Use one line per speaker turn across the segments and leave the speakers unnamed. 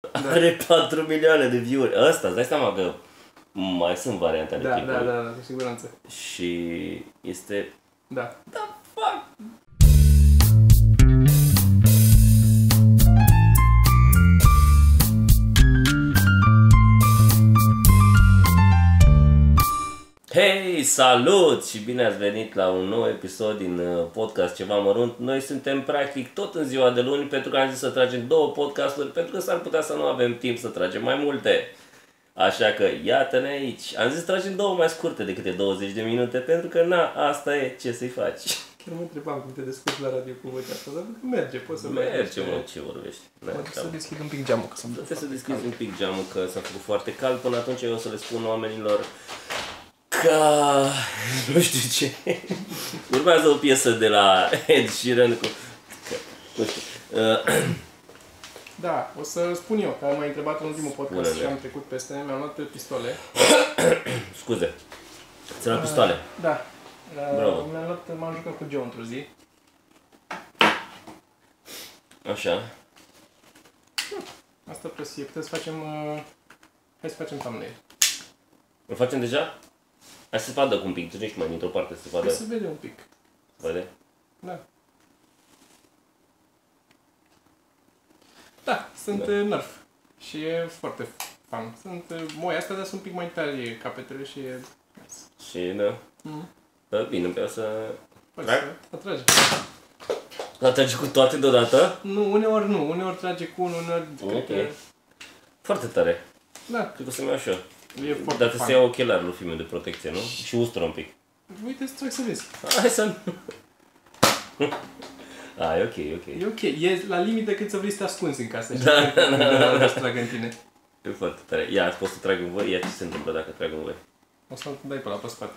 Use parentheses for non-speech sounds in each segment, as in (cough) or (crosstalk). Da.
Are 4 milioane de view-uri. Ăsta, îți dai seama că mai sunt variante ale
Da, da,
clipului.
da, da, cu siguranță.
Și este...
Da.
Hei, salut și bine ați venit la un nou episod din uh, podcast Ceva Mărunt. Noi suntem practic tot în ziua de luni pentru că am zis să tragem două podcasturi pentru că s-ar putea să nu avem timp să tragem mai multe. Așa că iată-ne aici. Am zis tragem două mai scurte decât de 20 de minute pentru că na, asta e ce să-i faci.
Chiar mă întrebam cum te descurci la radio cu vocea asta, dar văd că merge, poți să
Merge, mă,
Poate
ce vorbești.
să deschid un pic geamul, că să
Trebuie să deschizi un pic geamul că s-a făcut foarte cald. Până atunci eu o să le spun oamenilor că (laughs) nu știu ce. Urmează o piesă de la (laughs) Ed Sheeran cu... Că, nu știu. Uh,
Da, o să spun eu, că am mai întrebat în ultimul podcast
Spune-le.
și am trecut peste, mi-am luat pistole.
scuze. Ți-am luat pistoale.
Da.
Bravo.
Uh, mi-am luat, m-am jucat cu Joe într-o zi.
Așa.
Asta presie, putem să facem... Uh, hai să facem thumbnail.
Îl facem deja? Hai să se vadă cu un pic. Tu nu ești mai dintr-o parte să se vadă.
Hai să vede un pic.
Vede?
Da. Da, sunt da. nerf. Și e foarte fun. Sunt uh, moi astea, dar sunt un pic mai tari capetele și e...
Și, da.
Mhm.
Da, bine, pe să...
Poți
Trag?
să atrage.
La trage cu toate deodată?
Nu, uneori nu. Uneori trage cu unul, uneori... cred că-
Ok. Foarte tare.
Da,
Cred că o să-mi iau și eu.
e foarte
Dar trebuie să
fun.
iau ochelarul filmul de protecție, nu? Și ustură un pic.
Uite, să trag să vezi.
Hai să (laughs) nu... A, e ok, e ok.
E ok, e la limită cât să vrei să te ascunzi în casă.
Da,
da, da, da. trag în tine.
E foarte tare. Ia, pot să trag în voi? Ia ce se întâmplă dacă trag în voi.
O să-l dai pe la pe spate.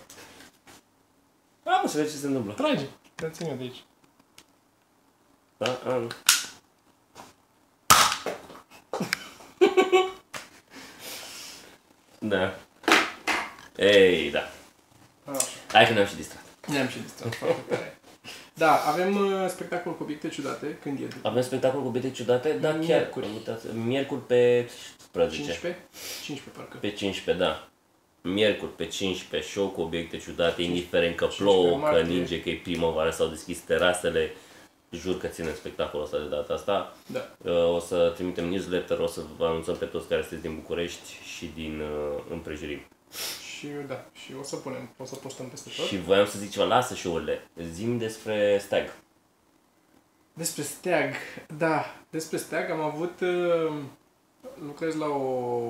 A, mă, să vezi ce se întâmplă.
Trage! Dă ține eu de aici.
Da? A, (laughs) nu. da. Ei, da.
Așa.
Hai că ne-am și distrat.
Ne-am și distrat foarte tare. Da, avem uh, spectacol cu obiecte ciudate. Când e?
Avem spectacol cu bete ciudate? Da, chiar.
Miercuri.
Am uitat. Miercuri pe 15.
15? 15 parcă.
Pe 15, da. Miercuri pe 15, show cu obiecte ciudate, indiferent că
15
plouă, că
martie.
ninge, că e primăvară, s-au deschis terasele. Jur că ținem spectacolul ăsta de data asta.
Da.
Uh, O să trimitem newsletter, o să vă anunțăm pe toți care sunteți din București și din uh, împrejurim.
Și da, și o să punem, o să postăm peste tot.
Și voiam să zic ceva, lasă show-urile. Zim despre Stag.
Despre steag, da, despre steag am avut, uh, lucrez la o,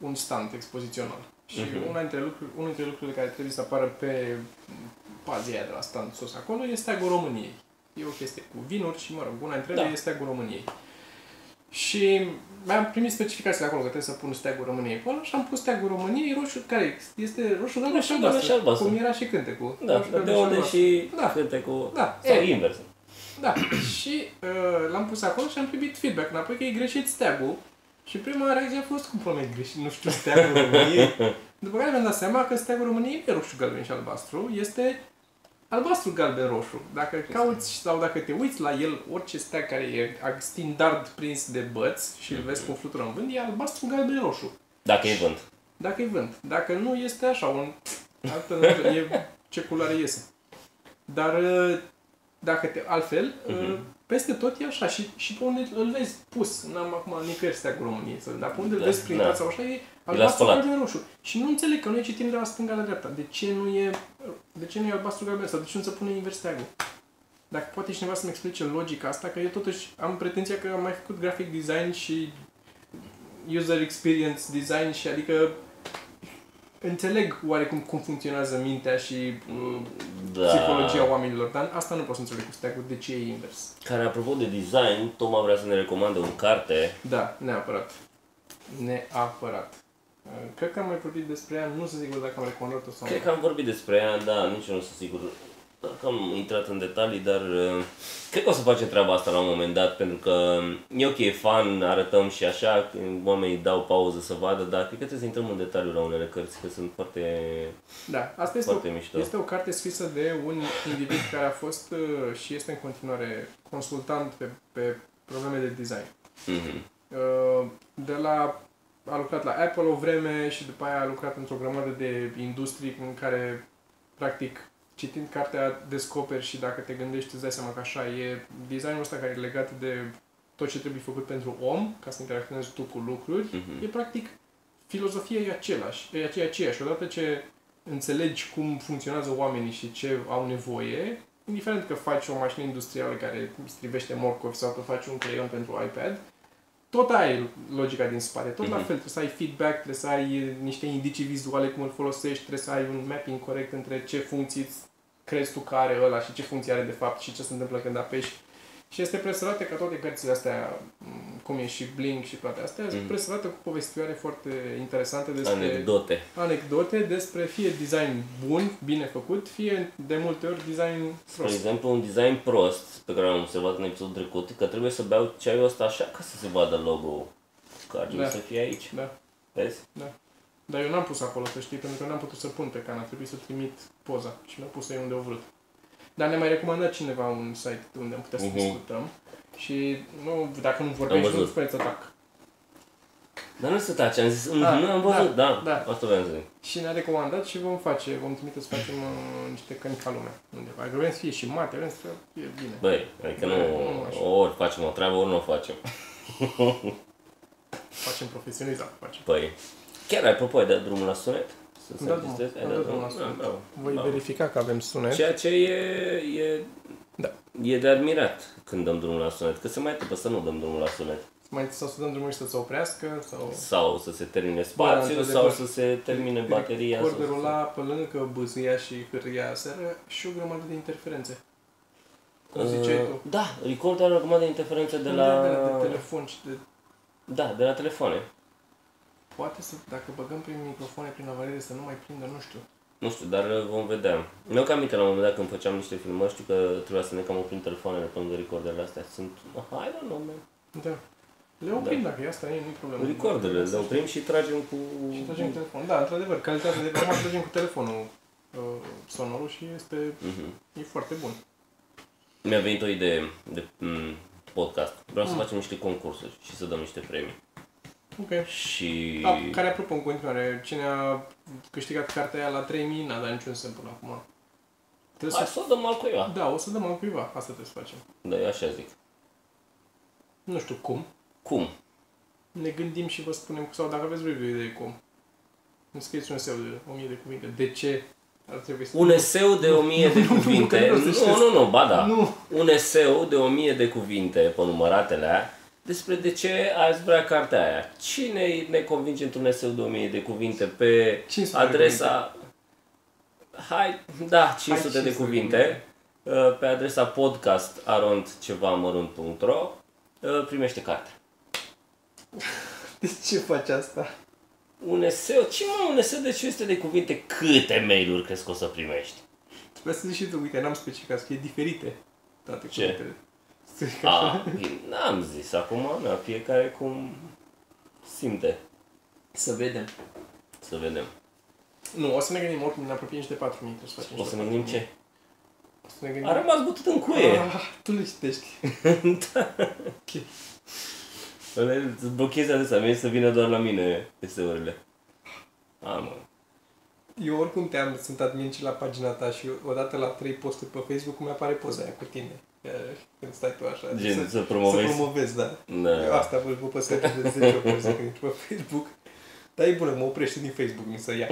un stand expozițional și
Mhm.
uh-huh. una dintre lucruri, unul dintre lucrurile care trebuie să apară pe pazia aia de la stand sus acolo este steagul României. E o chestie cu vinuri și, mă rog, una dintre ele
Da.
este steagul României. Și mi-am primit specificațiile acolo că trebuie să pun steagul României pe ăla și am pus steagul României roșu, care este roșu, galben și
galben și
albastru,
albastru.
cum era și cântecul.
Da,
Roșu, galben
de unde
albastru.
și
Da.
cântecul.
Da,
Sau
e.
invers.
Da, (clears throat) și uh, l-am pus acolo și am primit feedback înapoi că e greșit steagul. Și prima reacție a fost cum până e greșit, nu știu, steagul României. După care mi-am dat seama că steagul României nu e roșu, galben și albastru, este albastru, galben, roșu. Dacă cauți sau dacă te uiți la el, orice steag care e standard prins de băți și îl vezi cum flutură în vânt, e albastru, galben, roșu.
Dacă e vânt.
Dacă e vânt. Dacă nu, este așa, un... Altă, nu știu, e ce culoare iese. Dar ă, dacă te... Altfel,
Mhm.
uh-huh. peste tot e așa și, și pe unde îl vezi pus. N-am acum nicăieri steagul României, să- dar pe unde îl
Da,
vezi prin
da.
fața așa e albastru,
spălat.
galben, roșu. Și nu înțeleg că noi citim de la stânga la dreapta. De ce nu e, de ce nu e albastru, galben sau de ce nu se pune invers steagul? Dacă poate cineva să-mi explice logica asta, că eu totuși am pretenția că am mai făcut graphic design și user experience design și adică înțeleg oarecum cum funcționează mintea și uh,
Da.
psihologia oamenilor, dar asta nu pot să înțeleg cu steagul, de ce e invers.
Care, apropo de design, Toma vrea să ne recomande un carte
Da, neapărat. Neapărat. Uh, Cred că am mai vorbit despre ea, nu sunt sigur dacă am recomandat-o sau nu.
Cred că am vorbit despre ea, da, nici eu nu sunt sigur dacă am intrat în detalii, dar uh, cred că o să facem treaba asta la un moment dat, pentru că um, e ok, e fan, arătăm și așa, când oamenii dau pauză să vadă, dar cred că trebuie să intrăm în detaliu la unele cărți, că sunt foarte...
Da, asta este
Foarte
o,
mișto.
este o carte scrisă de un individ care a fost uh, și este în continuare consultant pe, pe probleme de design.
Mhm.
uh, de la a lucrat la Apple o vreme și după aia a lucrat într-o grămadă de industrii în care, practic, citind cartea, descoperi și dacă te gândești, îți dai seama că așa e designul ăsta care e legat de tot ce trebuie făcut pentru om, ca să interacționezi tu cu lucruri,
Mhm.
e practic filozofia e același, e ace- aceeași. Odată ce înțelegi cum funcționează oamenii și ce au nevoie, indiferent că faci o mașină industrială care strivește morcovi sau că faci un creion pentru iPad, tot aia e logica din spate. Tot la
Mhm.
fel, trebuie să ai feedback, trebuie să ai eh, niște indicii vizuale cum îl folosești, trebuie să ai un mapping corect între ce funcții îți crezi tu că are ăla și ce funcție are de fapt și ce se întâmplă când apeși. Și este presărată ca toate cărțile astea, m, cum e și Blink și toate astea, sunt
Mhm.
presărată cu povestioare foarte interesante despre
Anecdote.
anecdote despre fie design bun, bine făcut, fie de multe ori design
Spre
prost.
exemplu, un design prost pe care l-am observat în episodul trecut, că trebuie să beau ceaiul ăsta așa ca să se vadă logo-ul. Că ar trebui
Da.
să fie aici.
Da.
Vezi?
Dar eu n-am pus acolo, să știi, pentru că n-am putut să pun pe can, a trebuit să trimit poza și mi-a pus eu unde o vrut. Dar ne-a mai recomandat cineva un site unde am putea să
Mhm.
discutăm și nu, dacă nu vorbești,
văzut.
nu spui atac.
Dar nu se tace, am zis, "Mhm,
Da,
am văzut, da,
da.
asta vreau să zic.
Și ne-a recomandat și vom face, vom trimite să facem uh, niște căni ca lumea undeva. Că vrem să fie și mate, vrem să fie bine.
Băi, adică nu,
Nu, așa.
ori facem o treabă, ori nu o facem.
Facem profesionalizat, facem.
Păi, chiar apropo, ai dat drumul la sunet? Să se
Da, drumul.
înregistreze? Ai
Am dat drumul la
Da,
sunet.
bravo,
Voi
bravo.
verifica că avem sunet.
Ceea ce e, e,
Da.
e de admirat când dăm drumul la sunet, că se mai întâmplă să nu dăm drumul la sunet.
Mai să să dăm drumul și să se oprească sau...
Sau să se termine spațiul,
într-adevăr.
sau să se termine bateria.
Ori
sau să...
rula pe lângă bâzâia și hâria seară și o grămadă de interferențe. Cum ziceai tu?
Da, record are o grămadă de interferențe de la...
De, de telefon și de...
Da, de la telefoane.
Poate să, dacă băgăm prin microfoane, prin avarie, să nu mai prindă, nu știu.
Nu știu, dar uh, vom vedea. Mi-au cam aminte la un moment dat când făceam niște filmări, știu că trebuia să ne cam oprim telefoanele pe lângă recorderele astea. Sunt, I don't know, man.
Da. Le oprim
Da.
dacă e asta, e, nu-i problemă.
Recorderele, le oprim și tragem cu...
Și tragem cu telefon. Da, într-adevăr, calitatea de acum tragem cu telefonul uh, sonorul și este
Mhm.
e foarte bun.
Mi-a venit o idee de mm, podcast. Vreau
Ah.
să facem niște concursuri și să dăm niște premii.
Ok.
Și...
A, care apropo în continuare, cine a câștigat cartea aia la 3000 n-a dat niciun semn până acum. Trebuie
Hai
să...
să o dăm al cuiva.
Da, o să dăm altcuiva, asta trebuie să facem.
Da, eu așa zic.
Nu știu cum.
Cum?
Ne gândim și vă spunem, sau dacă aveți voi vreo idee cum. Îmi scrieți un eseu de 1000 de cuvinte. De ce ar trebui să...
Un eseu de o mie de
nu, nu, că
cuvinte.
nu o să
Nu,
știți.
nu, nu, ba da.
Nu!
Un eseu de o mie de cuvinte pe număratele alea despre de ce ați vrea cartea aia. Cine ne convinge într-un eseu de o mie de cuvinte pe
500 de
adresa... Hai, da, 500 de
500 de
cuvinte uh, pe adresa podcast arontcevamărunt.ro uh, primește cartea.
De ce faci asta?
Un eseu? Ce mă, un eseu de 500 de cuvinte? Câte mail-uri crezi că o să primești?
Trebuie să zici și tu, uite, n-am specificat, să fie diferite toate
Ce?
cuvintele. Să zic așa.
A, bine, n-am zis acum, na, fiecare cum simte.
Să vedem.
Să vedem.
Nu, o să ne gândim oricum, ne apropiem și de 4000, trebuie să facem
O
și
să
de
ne gândim
4000.
ce?
O să ne gândim.
A rămas butut în cuie.
Ah, tu le citești. Ok.
Le- Îți blochezi adesea, mie să vină doar la mine eseurile. A, mă.
Eu oricum te-am, sunt admin și la pagina ta și odată la trei posturi pe Facebook mi apare poza aia cu tine. Că Când stai tu așa.
Gen,
să,
să
să
promovezi.
promovezi, da. Eu
Da.
asta vă vă păsesc de 10 ori pe zi când intru pe Facebook. Dar e bună, mă oprește din Facebook, mi să ia.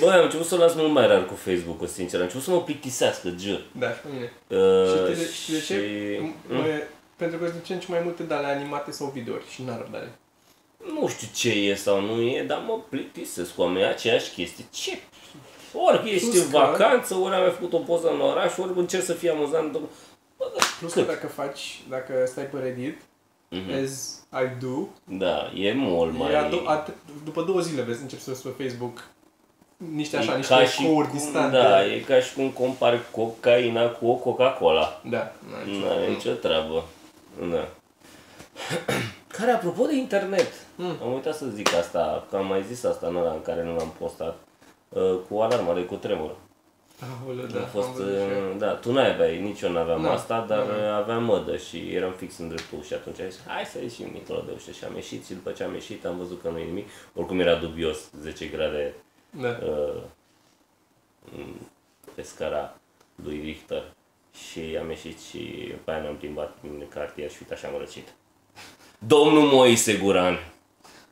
Bă, am început să o las mult mai rar cu Facebook-ul, sincer. Am început să mă plictisească, jur.
Da, și pe mine.
Uh,
știi de- știi de ce?
și-
M- mă- Pentru că sunt din ce în ce mai multe de ale animate sau videouri și n-am răbdare.
nu știu ce e sau nu e, dar mă plictisesc cu oamenii aceeași chestie. Ce? Ori ești
Plus
în
că-
vacanță, ori am mai făcut o poză în oraș, ori încerc să fie amuzant. Bă, da,
Plus că
cât?
dacă faci, dacă stai pe Reddit,
Mhm.
as I do,
Da, e mult mai...
E a do- a, după două zile vezi, încep să vezi pe Facebook niște
e
așa, niște
ca și
ecouri
cum-
distante.
Da, e ca și cum compari cocaina cu o Coca-Cola.
da.
Nu are nicio treabă. Da. (clears throat) Care, apropo de internet,
Mm.
am uitat să zic asta, că am mai zis asta în ăla în care nu l-am postat, uh, cu alarma de cutremur.
Aoleu,
Da,
da,
a fost,
am văzut și eu. Da,
uh, da, tu n-ai aveai, nici eu n-aveam
Nu,
asta, dar
nu, nu.
uh, aveam mădă și eram fix în dreptul și atunci am zis, hai să ieșim într-o de ușă și am ieșit și după ce am ieșit am văzut că nu e nimic, oricum era dubios, 10 grade
Da.
uh, m- pe scara lui Richter și am ieșit și pe aia ne-am plimbat în cartier și uite așa am răcit. Domnul Moise Guran,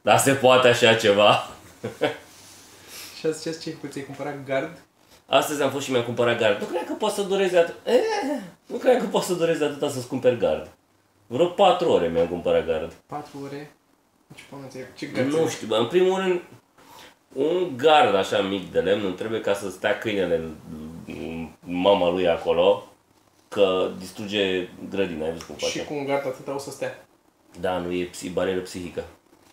dar se poate așa ceva?
Și ați zis ce, ți-ai cumpărat gard?
Astăzi am fost și mi-am cumpărat gard. Nu cred că poate să dureze atât. E, nu cred că poate să dureze atâta să-ți cumperi gard. Vreo 4 ore mi-am cumpărat gard.
4 ore? Ce până ți-ai Ce gard?
Nu știu, bă, în primul rând, un gard așa mic de lemn îmi trebuie ca să stea câinele în- în mama lui acolo, că distruge grădina, ai văzut cum face.
Și cu un gard atâta o să stea.
Da, nu e psi, barieră psihică.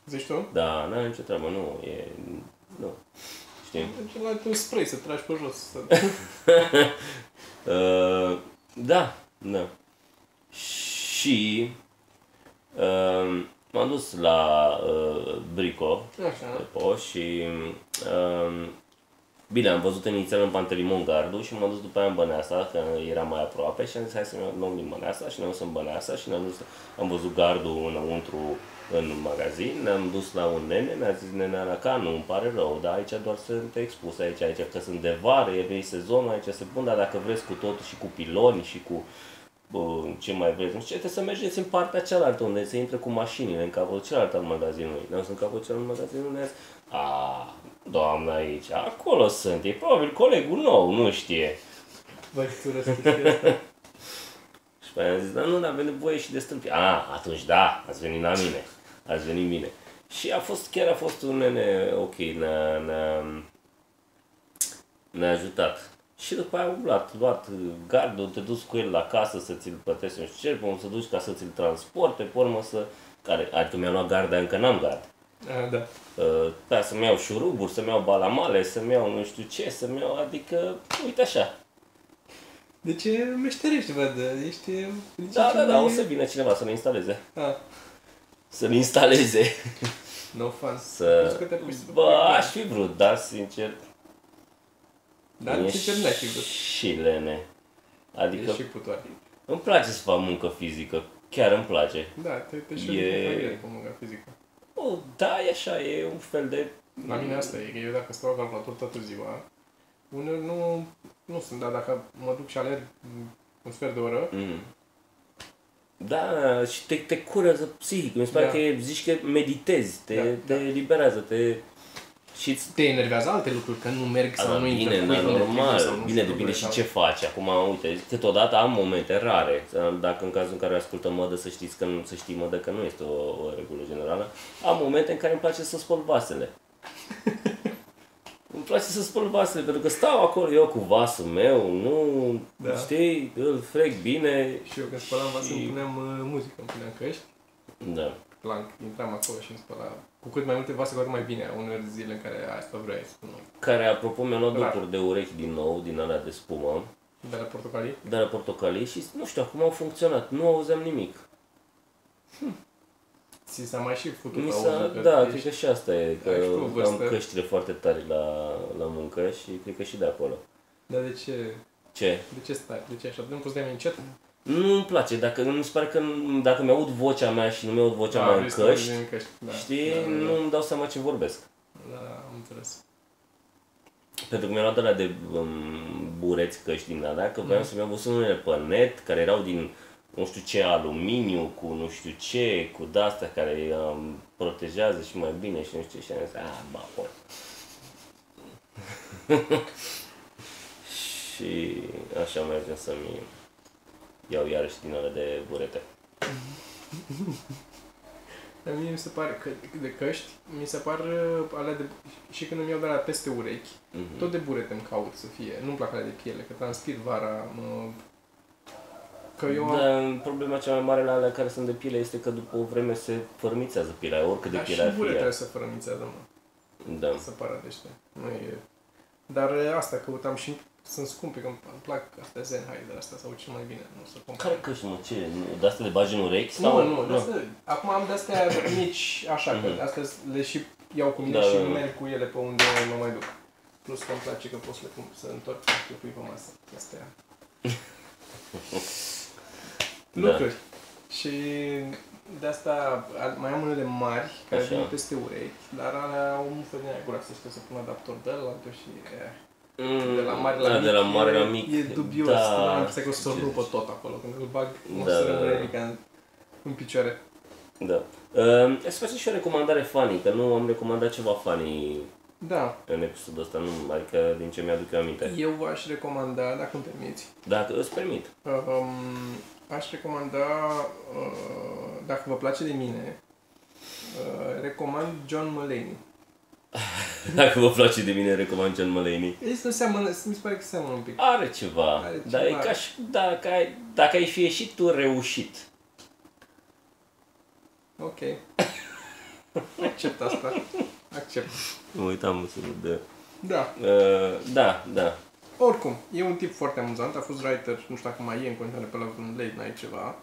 Zici tu?
Da, n-are nicio treabă, nu, e... Nu. Știi?
Deci la un spray să tragi pe jos. Să...
Uh, da, da. Și uh, m-am dus la uh, Brico
Așa.
după și uh, bine, am văzut inițial în Pantelimon Gardu și m-am dus după aia în Băneasa, că era mai aproape și am zis hai să ne luăm din Băneasa și ne-am dus în Băneasa și ne-am dus, am văzut Gardul înăuntru în magazin, ne-am dus la un nene, mi-a zis nenea la ca, nu, îmi pare rău, dar aici doar sunt expus, aici, aici, că sunt de vară, e vei sezonul, aici se pun, dar dacă vreți cu totul și cu piloni și cu bă, ce mai vreți, nu știu ce, trebuie să mergeți în partea cealaltă, unde se intră cu mașinile, în capul celălalt al magazinului. Ne-am dus în capul celălalt al magazinului, ne-a zis, a, doamna aici, acolo sunt, e probabil colegul nou, nu știe.
Vai, tu urăsc
(laughs)
chestia asta.
Și pe aia am zis, dar nu, n-am venit voie și de stâmpi. A, atunci da, ați venit la mine, ați venit mine. Și a fost, chiar a fost un nene, ok, ne-a, ne-a, ne-a ajutat. Și după aia a umblat, luat gardul, te duci cu el la casă să ți-l plătești, nu știu ce, pe urmă să duci ca să ți-l transporte, pe urmă să... Care, adică mi-am luat garda, încă n-am gard.
A, da.
Uh, da, să-mi iau șuruburi, să-mi iau balamale, să-mi iau nu știu ce, să-mi iau, adică, uite așa.
Deci e meșterești, văd. Ești... Deci
Da,
e
da, da,
mai-
o să vină cineva să ne instaleze.
A,
Să-mi instaleze.
no fun.
Să...
Crezi Deci că te-ai pus să
Bă,
faci
aș fi vrut, dar sincer...
Dar
e
sincer n-ai fi vrut.
Și lene. Adică
E și putoare.
îmi place să fac muncă fizică. Chiar îmi place.
Da, te, te și
E-
e... cu munca fizică.
O, da, e așa, e un fel de...
La mine asta e, că eu dacă stau la calculator toată ziua, uneori nu, nu sunt, dar dacă mă duc și alerg un sfert de oră,
Mm. Da, și te, te curăță psihic. Mi se pare
Da.
că e, zici că meditezi, te,
Da,
te eliberează, te... Și îți
te enervează alte lucruri, că nu merg
Da,
sau nu
bine,
intercuit,
dar
nu
normal,
intercuit sau nu
bine,
știu
depinde
lucruri
și
sau-
ce faci. Acum, uite, câteodată am momente rare. Dacă în cazul în care ascultă mădă, să știți că nu, să știi mădă că nu este o, o regulă generală, am momente în care îmi place să spăl
(laughs)
vasele. îmi place să spăl vasele, pentru că stau acolo eu cu vasul meu, nu,
Da.
știi, îl frec bine.
Și eu când spălam vasul
Și-
îmi puneam uh, muzică, îmi puneam căști,
Da.
plan, intram acolo și îmi spăla. Cu cât mai multe vase, cu atât mai bine, uneori zile în care asta vrei să nu.
Care, apropo, mi-am luat
Rar.
dupuri de urechi din nou, din alea de spumă,
De la portocalii?
de la portocalii și, nu știu, acum au funcționat, nu auzeam nimic.
Ți s-a mai și futut
Mi
la
s-a,
auzul că
da,
ești-
cred că și asta e, că
ai și tu o vârstă.
am căștile foarte tari la, la muncă și cred că și de acolo.
Dar de ce?
Ce?
De ce stai? De ce așa? Nu poți să dai mai încet?
Nu îmi place, dacă îmi se pare că dacă mi-aud vocea mea și nu mi-aud vocea
Da,
mea în
vrei să
căști,
dai în căști, da.
știi,
Da, da, da.
nu îmi dau seama ce vorbesc.
Da, am înțeles.
Pentru că mi-am luat alea de um, bureți căști din alea, că voiam să-mi iau văzut unele pe net, care erau din nu știu ce aluminiu, cu nu știu ce, cu de-astea care um, protejează și mai bine și nu știu ce. Și am zis, ah, ba, hol. (laughs) și așa am ajuns să-mi iau iarăși din alea de burete.
Dar mie mi se pare că de căști, mi se par uh, alea de... Și când îmi iau de alea peste urechi,
Mhm.
tot de burete îmi caut să fie. Nu-mi plac alea de piele, că transpir vara, mă... Că eu am...
Dar Da, problema cea mai mare la alea care sunt de piele este că după o vreme se fărmițează pielea, oricât de
Dar
piele ar
și
fi.
buretele
ea.
se fărămițează, mă.
Da.
Se pară de ăștia. Nu e... Dar uh, asta căutam și sunt scumpe, că îmi îmi plac astea Sennheiser, astea sau cel mai bine, nu să compar.
Care căști, mă, ce? De astea de bagi în urechi?
Nu,
Sau?
nu, nu. Asta, acum am de-astea (coughs) mici, așa, că astea le și iau cu mine
Da,
și
da, da.
merg cu ele pe unde mă mai duc. Plus că îmi place că pot să le cum- să întorc și să le pui pe masă. Asta e.
Da. Da.
Lucruri. Și de asta a- mai am unele mari care
Așa.
vin peste urechi, dar alea au mufă din aia groasă și trebuie să pun adaptor de la altul și eh,
Mm,
de la mare la
da,
mic,
de la mare
e,
la mic.
E dubios, da. am că o să rupă tot acolo, când îl bag, o
Da,
să
da, da.
rămâne mica în, în picioare.
Da. Uh, să facem și o recomandare funny, că nu am recomandat ceva funny
Da,
în episodul ăsta, nu, adică din ce mi-aduc eu aminte.
eu aș recomanda, dacă îmi permiți,
Dacă îți permit. (laughs)
Um, aș recomanda, uh, dacă vă place de mine, uh, recomand John Mulaney.
Dacă vă place de mine, recomand John Mulaney.
Este seamănă, mi se pare că seamănă un pic.
Are ceva,
Are
dar e
ceva.
ca și dacă ai, dacă ai fi ieșit tu reușit.
Ok. (laughs) Accept asta. Accept.
Mă uitam să de...
Da.
Uh, da, da.
Oricum, e un tip foarte amuzant. A fost writer, nu știu dacă mai e în continuare pe la vreun late night ceva.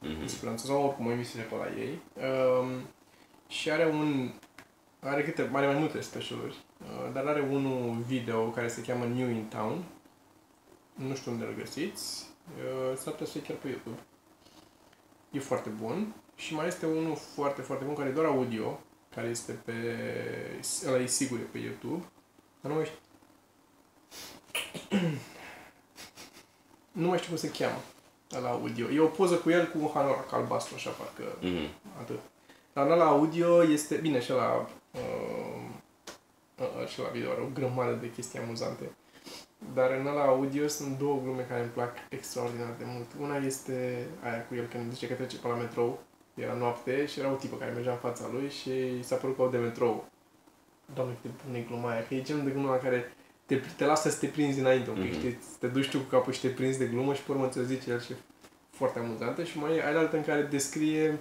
Mhm.
Speranța sau oricum o emisiune pe la ei. Um, și are un... Are, câte, are mai multe specialuri, uh, dar are unul video care se cheamă New in Town. Nu știu unde îl găsiți. Uh, s-ar putea să fie chiar pe YouTube. E foarte bun. Și mai este unul foarte, foarte bun care e doar audio, care este pe... ăla e sigur e pe YouTube. Dar nu mai știu... nu mai știu cum se cheamă la audio. E o poză cu el cu un hanorac albastru, așa parcă
Mhm. (laughs)
Atât. Dar la audio este, bine, și la uh, și la video are o grămadă de chestii amuzante. Dar în la audio sunt două glume care îmi plac extraordinar de mult. Una este aia cu el când zice că trece pe la metrou, era noapte și era o tipă care mergea în fața lui și i s-a părut că au de metrou. Doamne, cât de bună e gluma aia, că e genul de glumă la care te, te lasă să te prinzi înainte un pic,
Mhm.
mm-hmm. știi? Te duci tu cu capul și te prinzi de glumă și pe urmă ți-o zice el și e foarte amuzantă. Și mai e aia altă în care descrie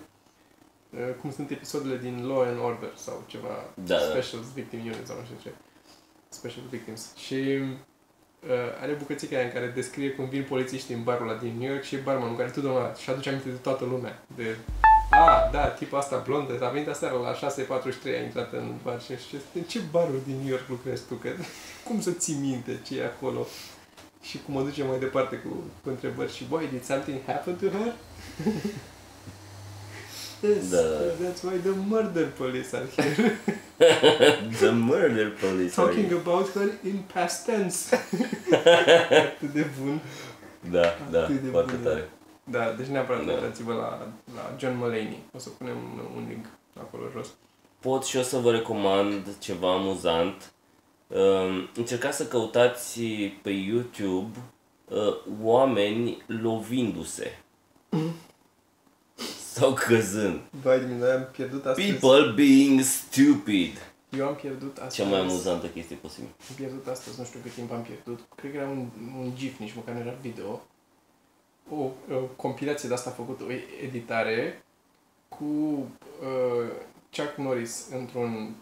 Uh, cum sunt episoadele din Law and Order sau ceva
Da, da.
Special Victim Unit sau nu știu ce. Special Victims. Și uh, are bucățica aia în care descrie cum vin polițiștii în barul ăla din New York și e barmanul care tu doamna și aduce aminte de toată lumea. De a, da, tipul asta blondă, a venit aseară la 6.43, a intrat în bar și și în ce barul din New York lucrezi tu? Că, (laughs) cum să ții minte ce e acolo? Și cum o duce mai departe cu, cu întrebări și, boy, did something happen to her? (laughs) yes,
Da.
that's why the murder police are here.
The murder police.
Talking
are-
about her in past
(laughs)
tense. (laughs) Atât de bun.
Da, da,
Atât de
foarte
bună.
tare.
Da, deci neapărat
Da.
da. uitați-vă la, la John Mulaney. O să punem un link acolo jos.
pot și eu să vă recomand ceva amuzant. Um, Încercați să căutați pe YouTube uh, oameni lovindu-se sau căzând.
Vai de mine, dar am pierdut astăzi.
People being stupid.
Eu am pierdut astăzi.
Cea mai amuzantă chestie posibil.
Am pierdut astăzi, nu știu cât timp am pierdut. Cred că era un, un GIF, nici măcar nu era video. O, o compilație de asta făcută, o editare cu uh, Chuck Norris într-un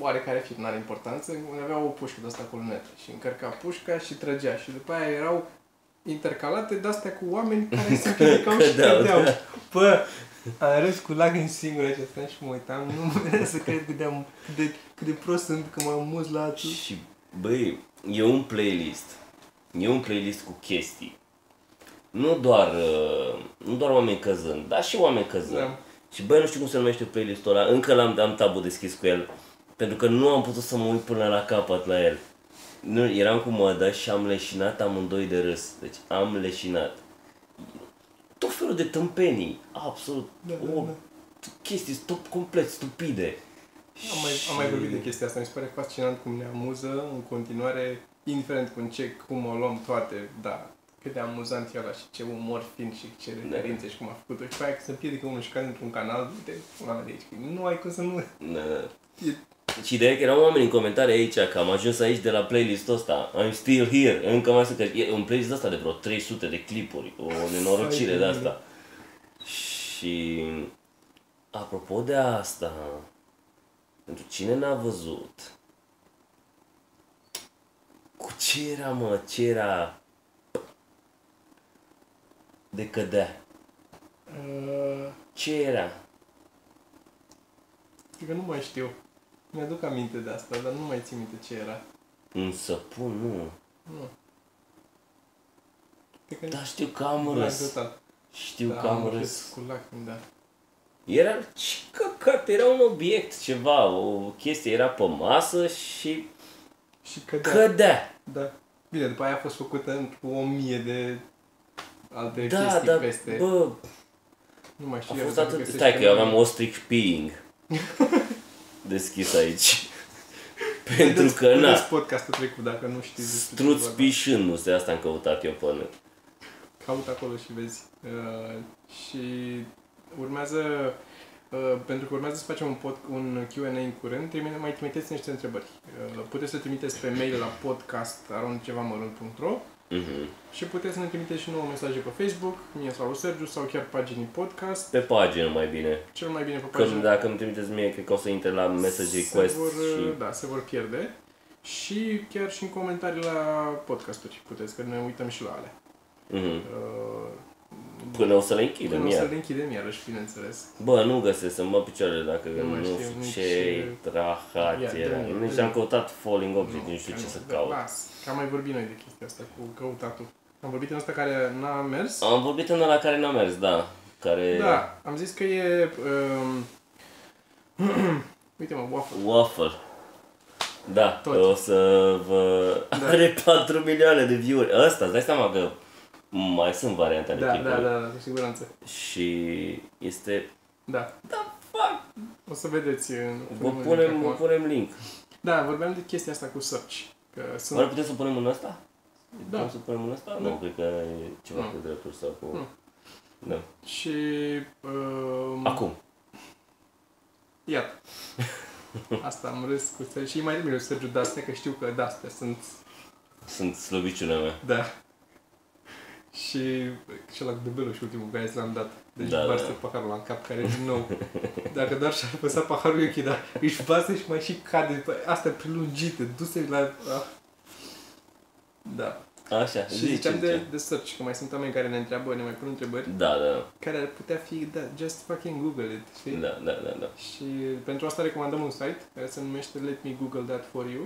oarecare film, n-are importanță, unde avea o pușcă de asta cu lunetă și încărca pușca și trăgea și după aia erau intercalate de astea cu oameni care se împiedicau și
Cădeau,
cădeau.
da.
Bă, am râs cu lacrimi singure și asta și mă uitam, nu (laughs) mă venea să cred cât de, am- cât de, cât de prost sunt că m-am muz la
Și, băi, e un playlist. E un playlist cu chestii. Nu doar, uh, nu doar oameni căzând, dar și oameni căzând.
Da.
Și băi, nu știu cum se numește playlistul ăla, încă l-am am tabul deschis cu el, pentru că nu am putut să mă uit până la capăt la el. Nu, eram cu mădă și am leșinat amândoi de râs, deci am leșinat. Tot felul de tâmpenii, absolut,
Da, da,
o,
da.
chestii stup, complet stupide.
Am mai, am mai vorbit de chestia asta, mi se pare fascinant cum ne amuză în continuare, indiferent cu ce, cum o luăm toate, da, cât de amuzant e ăla și ce umor fin și
Da.
ce referințe și cum a făcut-o. Și pe aia că se împiedică unul și cade într-un canal, uite, una de aici, nu ai cum să nu... (laughs) uh,
Da. Și ideea e că erau oameni în comentarii aici că am ajuns aici de la playlistul ăsta. I'm still here. Încă mai sunt că e un playlist ăsta de vreo 300 de clipuri. O nenorocire de
Hai de
asta. Și apropo de asta, pentru cine n-a văzut, cu ce era, mă, ce era de cădea?
Uh,
Ce era?
cred că nu mai știu. Mi-aduc aminte de asta, dar nu mai țin minte ce era.
Un săpun, nu.
Nu. Cred că
Dar știu că am
n-ai
Da, râs.
total.
Știu
Da,
că am
râs
râs.
Cu lacrimi, da.
Era ce căcat, era un obiect, ceva, o chestie era pe masă și
Și cădea.
cădea.
Da. Bine, după aia a fost făcută cu o mie de alte
Da,
chestii
da,
peste.
bă,
nu mai știu
a
eu
fost
dacă
atât...
găsești
Stai că eu
pe
aveam ostrich
(laughs)
peeing deschis aici.
Păi
Pentru că,
Vedeți
na,
podcastul trecut, dacă nu știți. despre da. ce
struț
vorba.
pișân, nu de asta am căutat eu până.
Caut acolo și vezi. Uh, și urmează, uh, pentru că urmează să facem un, pod, un Q&A în curând, trimite, mai trimiteți niște întrebări. Uh, puteți să trimiteți pe mail la podcast.aroncevamărunt.ro
Mhm.
și puteți să ne trimiteți și nouă mesaje pe Facebook, mie sau lui Sergiu, sau chiar paginii podcast.
Pe pagină mai bine.
Cel mai bine pe
Că
pagină.
dacă îmi trimiteți mie, cred că o să intre la message
se
request
vor,
și...
Da, se vor pierde. Și chiar și în comentarii la podcasturi puteți, că ne uităm și la alea.
Mhm.
Uh,
Până o să le închidem,
Până o să
iar.
le închidem iarăși, bineînțeles.
Bă, nu găsesc, să mă picioarele dacă
Nu mai
nu,
știu
știu
nici-
ce
Ia,
trahat era.
dă-mi,
Nici
dă-mi.
am căutat Falling Object, nu știu
că
ce să
dar
caut.
Las, că am mai vorbit noi de chestia asta cu căutatul. Am vorbit în asta care n-a mers.
Am vorbit în la care n-a mers, da. Care...
Da, am zis că e... Um... (clears throat) Uite mă, waffle.
Waffle. Da,
Tot.
o să vă...
Da.
Are 4 milioane de view-uri. Ăsta, îți dai seama că mai sunt variante ale
Da, da,
clipului.
da, da, cu siguranță.
Și este...
Da.
Da, fuck!
O să vedeți în...
Vă
filmul
punem,
din
vă
acum.
punem link.
Da, vorbeam de chestia asta cu search. Că
Oare
sunt...
putem să punem în ăsta?
Da.
Putem să punem în ăsta? Nu, cred că e ceva
Nu.
cu dreptul sau cu...
Nu.
Da.
Și... Um...
Acum.
Iată. Asta am râs cu Sergiu și mai bine Sergiu de că știu că de-astea sunt,
Sunt slăbiciunea mea.
da. Și cel cu bebeluș ultimul care ți l-am dat. Deci
Da,
da,
da,
varsă
da.
paharul la cap, care din nou, dacă doar și-ar păsa paharul e ok, dar își varsă și mai și cade. Păi, Astea prelungite, duse la... ah. Da.
Așa,
Și ziceam
zici
de,
ce.
de search, că mai sunt oameni care ne întreabă, ne mai pun întrebări,
Da, da,
care ar putea fi, da, just fucking Google it, știi?
da, da, da, da.
Și pentru asta recomandăm un site care se numește Let Me Google That For You,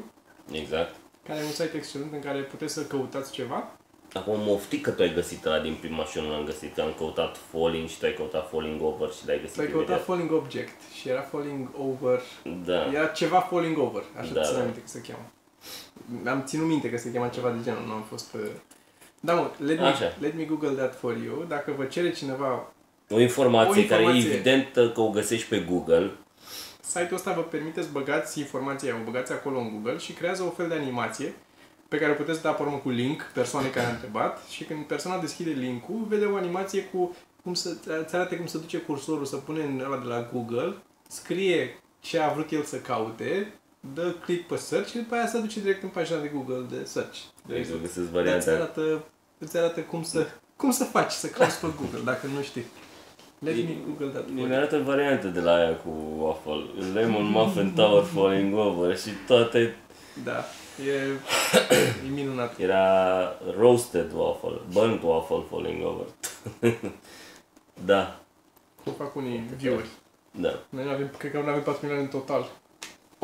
Exact.
care e un site excelent în care puteți să căutați ceva.
Acum mofti că tu ai găsit ăla din prima și eu nu l-am găsit. Am căutat Falling și tu ai căutat Falling Over și l-ai găsit
Să ai căutat Falling Object și era Falling Over.
Da.
Era ceva Falling Over, așa
Da,
da, țin
da.
aminte că se cheamă. Am ținut minte că se cheamă ceva de genul, nu am fost... uh, Da, mă, let me,
Așa.
let me Google That For You. Dacă vă cere cineva,
O informație,
O informație.
care e evidentă că o găsești pe Google.
site-ul ăsta vă permite să băgați informația, o băgați acolo în Google și creează o fel de animație pe care o puteți da pe urmă cu link persoanei care a întrebat și când persoana deschide linkul, vede o animație cu cum să îți arate cum se duce cursorul, să pune în ăla de la Google, scrie ce a vrut el să caute, dă click pe search și după aia se duce direct în pagina de Google de search.
Deci o găsesc
exact. Dar îți
varianta.
arată, îți arată cum să, cum să faci, să cauți pe Google, dacă nu știi. Let me Google that. for
Mi
you.
arată variante de la aia cu waffle. Lemon Muffin Tower Falling Over și toate
Da, e, e minunat.
era roasted waffle, burnt waffle falling over. (laughs) da,
Cum fac unii view-uri.
da.
Noi nu avem, cred că nu avem 4 milioane în total.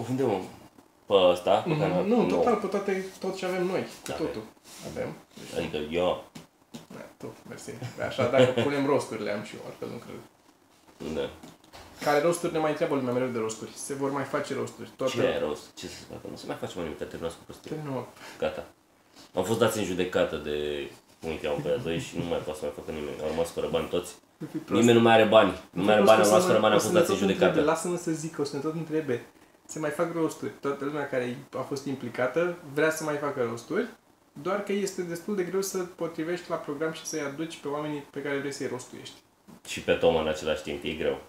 Unde mă? Pe ăsta? Pe care
Nu,
am-
Mhm. nu, în total, pe toate, tot ce avem noi, cu
Avem.
totul. Avem. Deci,
Adică eu.
da, tot, mersi. Așa, dacă punem rosturile, am și eu, altfel nu cred.
Da.
Care rosturi ne mai întreabă lumea mereu de rosturi. Se vor mai face rosturi.
Ce e
Toate.
rost? Ce să facă? Nu se mai face mai nimic, a terminat cu prostie.
Nu,
Gata. Am fost dați în judecată de unii au pe doi și nu mai poate să mai facă nimeni. Au rămas fără bani toți. Nimeni nu mai are bani. Nu mai are bani, au rămas fără bani, au fost dați în judecată.
Lasă-mă să zic, o să ne tot întrebe. Se mai fac rosturi. Toată lumea care a fost implicată vrea să mai facă rosturi, doar că este destul de greu să potrivești la program și să-i aduci pe oamenii pe care vrei să-i rostuiești.
Și pe Toma în același timp, e greu.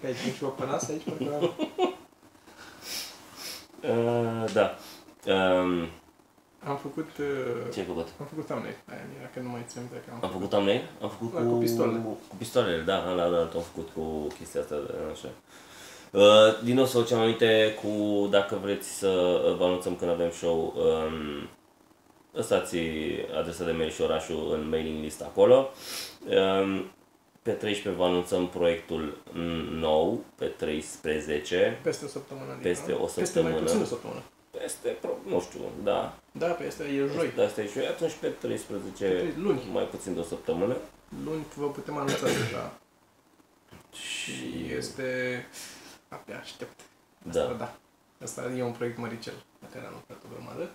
Că ai prins și o pănasă aici, parcă am-
Uh, da. Um,
am făcut... uh,
ce Ah. ai făcut?
Am făcut thumbnail. Aia mi era că nu mai țin minte că am
Am
făcut.
făcut thumbnail? Am făcut
Da, cu pistoale.
Cu pistoalele, da, la la am făcut cu chestia asta, da, așa. Uh, din nou să facem aminte cu, dacă vreți să vă anunțăm când avem show, um, lăsați adresa de mail și orașul în mailing list acolo. Um, Pe 13 vă anunțăm proiectul nou, pe 13,
Peste o săptămână. adică,
Peste
nu?
o
Peste
săptămână.
mai puțin o săptămână.
peste, pro- nu știu, da,
Da, pe asta e joi.
Da, asta e joi, atunci pe 13,
Pe 13 luni.
mai puțin de o săptămână.
Luni vă putem anunța deja.
Și
Și este... Abia aștept.
Da.
Asta, da. Asta e un proiect măricel la care am lucrat o grămadă.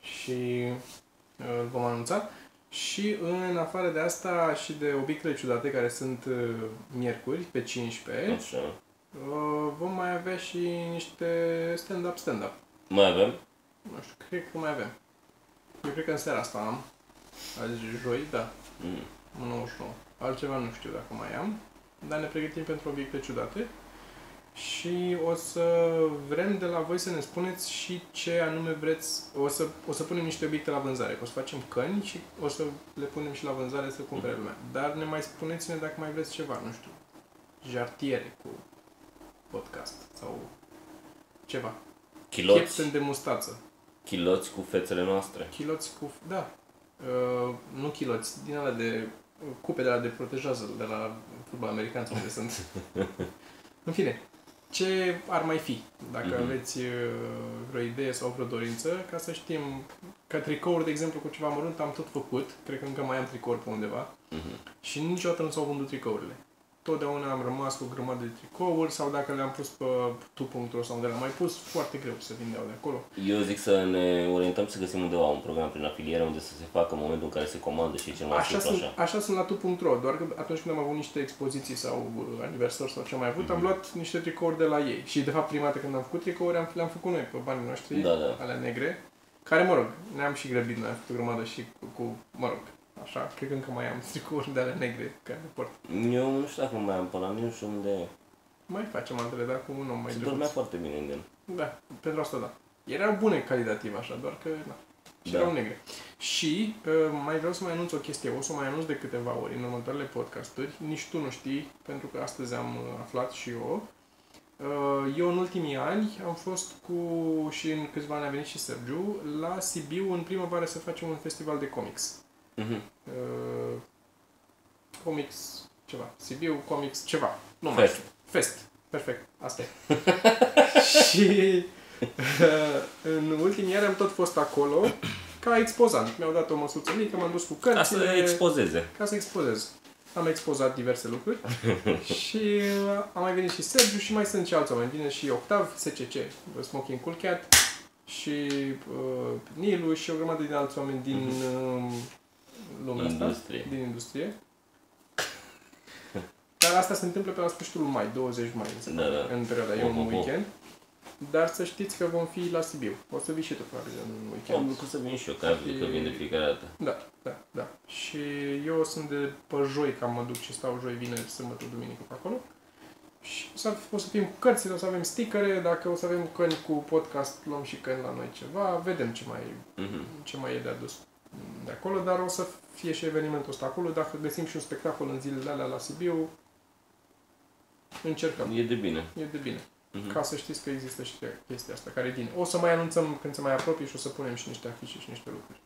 Și uh, îl vom anunța. Și în afară de asta și de obiectele ciudate care sunt uh, miercuri, pe 15,
așa.
uh, vom mai avea și niște stand-up, stand-up.
Mai avem?
Nu știu, cred că mai avem. Eu cred că în seara asta am. Azi e joi, da.
Mm.
În 99. Altceva nu știu dacă mai am, dar ne pregătim pentru obiecte ciudate și o să vrem de la voi să ne spuneți și ce anume vreți. O să, o să punem niște obiecte la vânzare, că o să facem căni și o să le punem și la vânzare să cumpere lumea. Dar ne mai spuneți-ne dacă mai vreți ceva, nu știu, jartiere cu podcast sau ceva.
Chiloți,
Chepten de mustață.
chiloți cu fețele noastre.
Chiloți cu... Da. Uh, nu chiloți, din alea de... uh, Cupe de la de protejează, de la fotbal american sau unde sunt.
(laughs)
În fine, ce ar mai fi? Dacă
Mhm.
aveți uh, vreo idee sau vreo dorință, ca să știm... Ca tricouri, de exemplu, cu ceva mărunt am tot făcut. Cred că încă mai am tricouri pe undeva.
Mhm.
Și niciodată nu s-au vândut tricourile. Totdeauna am rămas cu o grămadă de tricouri sau dacă le-am pus pe tu.ro sau unde le-am mai pus, foarte greu să vindeau de acolo.
Eu zic să ne orientăm să găsim undeva un program prin afiliere unde să se facă în momentul în care se comandă și e cel mai
Așa
simplu
sunt,
așa.
așa sunt la tu.ro, doar că atunci când am avut niște expoziții sau uh, aniversări sau ce am mai avut,
Mhm.
am luat niște tricouri de la ei. Și de fapt prima dată când am făcut tricouri, am, le-am făcut noi pe banii noștri,
Da, da.
alea negre, care, mă rog, ne-am și grăbit, noi am făcut o grămadă și cu, cu, mă rog, așa, cred că încă mai am tricouri de alea negre care le port.
Eu nu știu dacă mai am pe la mine, nu știu unde e.
Mai facem altele, dar cu un om mai
Se
drăguț.
dormea foarte bine în el.
Da, pentru asta da. Erau bune calitativ așa, doar că da. Și
Da.
erau negre. Și uh, mai vreau să mai anunț o chestie, o să o mai anunț de câteva ori în următoarele podcasturi, nici tu nu știi, pentru că astăzi am uh, aflat și eu. Uh, eu în ultimii ani am fost cu, și în câțiva ani a venit și Sergiu, la Sibiu în primăvară să facem un festival de comics.
Mhm.
Uh, comics ceva, Sibiu, comics ceva, nu mai
Fest.
știu. Fest. Perfect, asta e. (laughs) și uh, în ultimii ani am tot fost acolo ca expozant. Mi-au dat o măsuță mică, m-am dus cu
Ca să
cărțile
expozeze.
ca să expozez. Am expozat diverse
(laughs)
lucruri și uh, a mai venit și Sergiu și mai sunt și alți oameni. Vine și Octav, SCC, Smoking Cool Cat și uh, Nilu și o grămadă din alți oameni din
Mhm.
uh, lumea asta,
Industrie.
din industrie. (laughs) Dar asta se întâmplă pe la sfârșitul lui mai, 20 mai, mi se
Da,
pare,
da.
în perioada, e
Ho,
un
ho, ho.
weekend. Dar să știți că vom fi la Sibiu. O să vii și tu, probabil, în
Am
weekend.
lucru să vin și eu, că am zis că vin de fiecare dată.
Da, da, da. Și eu sunt de pe joi, cam mă duc și stau joi, vineri, sâmbătă, duminică pe acolo. Și o să, o să fim cu cărțile, o să avem stickere, dacă o să avem căni cu podcast, luăm și căni la noi ceva, vedem ce mai,
Mhm.
ce mai e de adus de acolo, dar o să fie și evenimentul ăsta acolo. Dacă găsim și un spectacol în zilele alea la Sibiu, încercăm.
E de bine.
E de bine.
Mhm.
Ca să știți că există și chestia asta care e din. O să mai anunțăm când se mai apropie și o să punem și niște afișe și niște lucruri.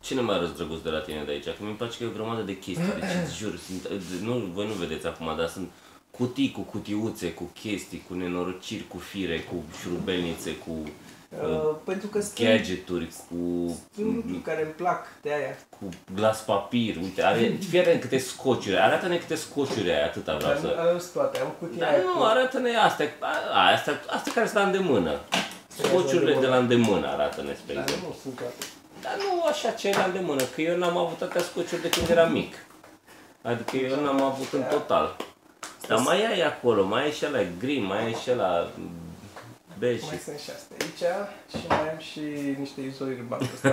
Cine mai arăți drăguț de la tine de aici? Că mi-mi place că e o grămadă de chestii, deci îți jur, sunt, nu, voi nu vedeți acum, dar sunt cutii cu cutiuțe, cu chestii, cu nenorociri, cu fire, cu șurubelnițe, cu Păi,
Uh, pentru că sunt
gadgeturi, cu,
sunt lucruri care îmi plac de aia.
cu glas papir, uite, are, fii atent câte scociuri, arată-ne câte scociuri ai, atâta vreau
Dar nu
Da, să...
am zis toate, am cutia
Dar
aia
nu,
cu...
arată-ne astea, a- astea, astea care sunt la îndemână. Scociurile de la îndemână Da. arată-ne, spre
Dar
exemplu.
nu sunt toate.
Dar nu așa ce la îndemână, că eu n-am avut atâtea scociuri de când eram mic. Adică eu n-am avut în total. Dar mai ai acolo, mai ai și la gri, mai ai și la bej.
Mai sunt și astea aici și mai am și niște izoliri bani
(laughs)
ăsta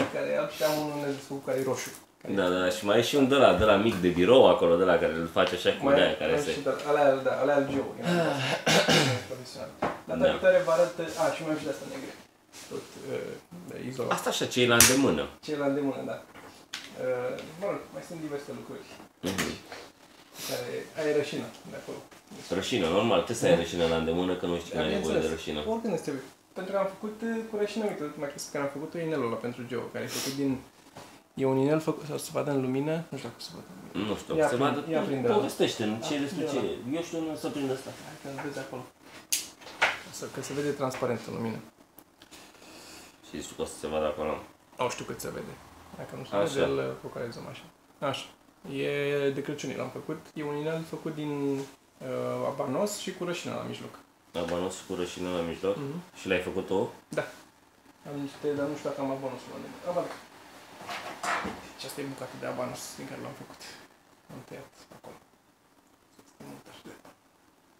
pe care am și am unul nedesfăcut care e roșu. Care
Da, da, și mai e și un de la, de la mic de birou acolo, de la care îl face așa cu de aia care
am
se...
și de alea, da, alea al Joe. Profesional. Data
Da.
viitoare vă arăt, a, și mai am și de astea negre. Tot uh, de izolat.
Asta așa ce e la îndemână.
Ce e la îndemână, da. Uh, mă rog, mai sunt diverse lucruri.
Mhm.
Care ai rășina de acolo.
Rășină, normal, trebuie să ai rășină la îndemână că nu știi când ai nevoie de
Da. Bineînțeles.
rășină.
Oricând este.
eh,
Pentru că am făcut uh, cu rășină, uite, ultima chestie pe care am făcut-o e inelul ăla pentru Geo, care e făcut din
E un inel făcut, sau se vadă în lumină, nu știu dacă se vadă în lumină.
Nu știu,
Ia
se
prin-
vadă.
ia prin de-
Povestește-mi ce
Da,
despre
de
ce e. Eu știu nu să prind asta.
Hai că îl vezi acolo.
Să, că se vede transparent în lumină.
Și știu că o să se vadă acolo.
Nu știu cât se vede. Dacă nu se
Așa.
vede, îl focalizăm așa. Așa. E de Crăciun eu l-am făcut. E un inel făcut din uh, abanos și cu rășină la mijloc.
Abanos cu rășină la
Mm.
mijloc.
Mm-hmm.
Și l-ai făcut tu?
Am niște, dar nu știu dacă am abanosul la mine. Am adat. Deci asta e bucata de abanos din care l-am făcut. Am tăiat acolo. Este mult așa de-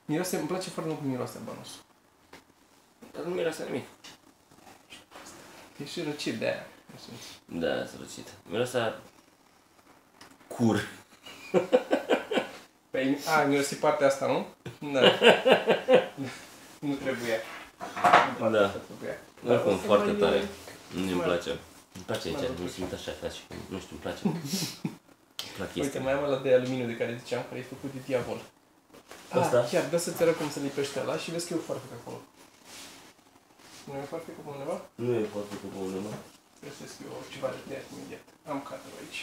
Miroase, îmi place foarte mult cum miroase abanosul.
Dar nu miroase nimic.
E și răcit de aia. nu știu.
Da, sărăcit. Miroase a... Cur.
Păi, a, mirosi partea asta, nu? Da.
Nu trebuia.
Da.
Nu trebuia.
Oricum,
o să
foarte
mai-
tare. Nu îmi
mai-
place. Îmi place
mai
aici,
duc.
nu simt așa ca și cum, nu știu, îmi place. Îmi plac
Uite,
chestia.
mai am ăla de aluminiu de care ziceam, care e făcut de diavol.
Ăsta?
Ah, chiar, dă să-ți arăt cum se lipește ăla și vezi că e o farfecă acolo. Nu e o farfecă pe undeva?
Nu e foarte cu bună, mă.
Trebuie să scriu ceva de tăiat imediat. Am cadru aici.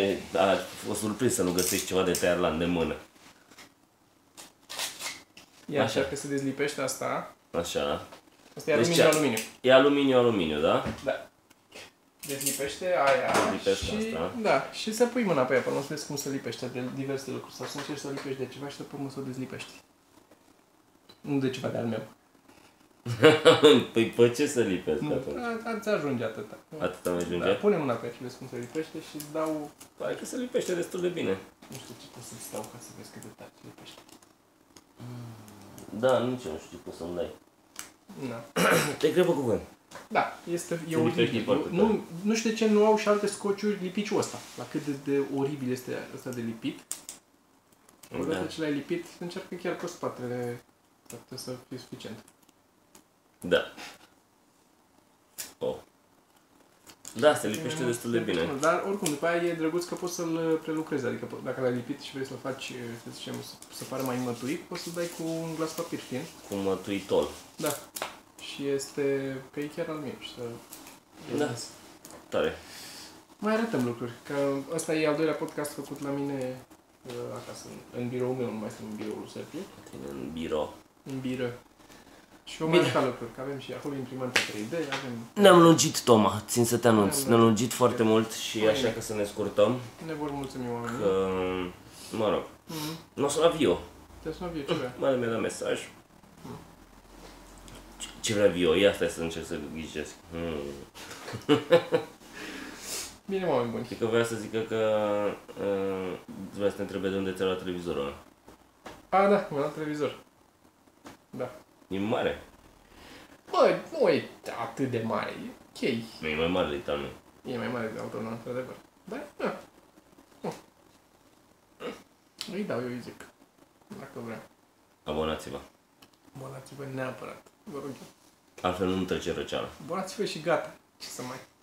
E, Da, a fost surprins să nu găsești ceva de tăiat la îndemână.
Ia,
Așa.
așa. că se dezlipește asta.
Așa.
Asta e
Deci
aluminiu,
ce-
aluminiu.
E aluminiu, aluminiu, da?
Da. Dezlipește aia
Lipește
și...
asta.
Da, și să pui mâna pe ea, până nu să vezi cum se lipește de diverse lucruri. Sau să încerci să lipești de ceva și să pui mâna să o dezlipești. Nu de ceva de al meu.
Păi, pe ce să lipesc
Nu,
atunci?
a- a- ți ajunge atâta.
Atâta mai
Da,
ajunge?
pune mâna pe ea și vezi cum se lipește și dau...
Pare că se lipește destul de bine.
Nu știu ce pot să-ți dau ca să vezi cât de tare se lipește.
Da, nici eu nu știu cum să-mi dai.
Da.
Te greu pe cuvânt.
Da, este e
Se lipește
oribil.
foarte
Nu, nu, nu știu de ce nu au și alte scociuri lipiciul ăsta. La cât de, de oribil este ăsta de lipit. Odată
Da.
ce l-ai lipit, încearcă chiar cu spatele. Ar putea să fie suficient.
Da. Oh. Da, se lipește destul de bine.
Dar oricum, după aia e drăguț că poți să-l prelucrezi. Adică po- dacă l-ai lipit și vrei să-l faci, să zicem, să- să pare mai mătuit, poți să-l dai cu un glas papir fin.
Cu mătuitol.
Da. Și este... că e chiar al meu. și Să...
Da. Tare.
Mai arătăm lucruri, că ăsta e al doilea podcast făcut la mine uh, acasă, în, în biroul meu, nu mai sunt în biroul lui Sergiu,
La Tine în birou.
în biră. Și vom mai
Bine.
arăta lucruri, că avem și acolo imprimante 3D, avem...
Ne-am lungit, Toma, țin să te anunț.
Ne-am
Ne-am lungit foarte mult și
Bine.
așa că să ne scurtăm.
Ne vor mulțumi oamenii.
Că, mă rog,
Mm-hmm.
nu o să eu.
Te sună vie, ce vrea?
Mai mi-a dat mesaj. Ce- Ce vrea Vio? Ia stai să încerc să ghicesc. Hmm.
Bine, oameni buni.
Cred că vrea să zică că uh, vrea să te întrebe de unde ți-a luat televizorul ăla.
A, da, mi-am dat televizor. Da.
E mare.
Bă, nu e atât de mare, e ok.
Nu, e mai mare, literalmente.
E mai mare de autonat, într-adevăr. Dar, da. Nu. Îi dau, eu îi zic. Dacă vrea.
Abonați-vă.
Abonați-vă neapărat. Vă rog eu.
Altfel nu trece răceala.
Abonați-vă și gata. Ce să mai...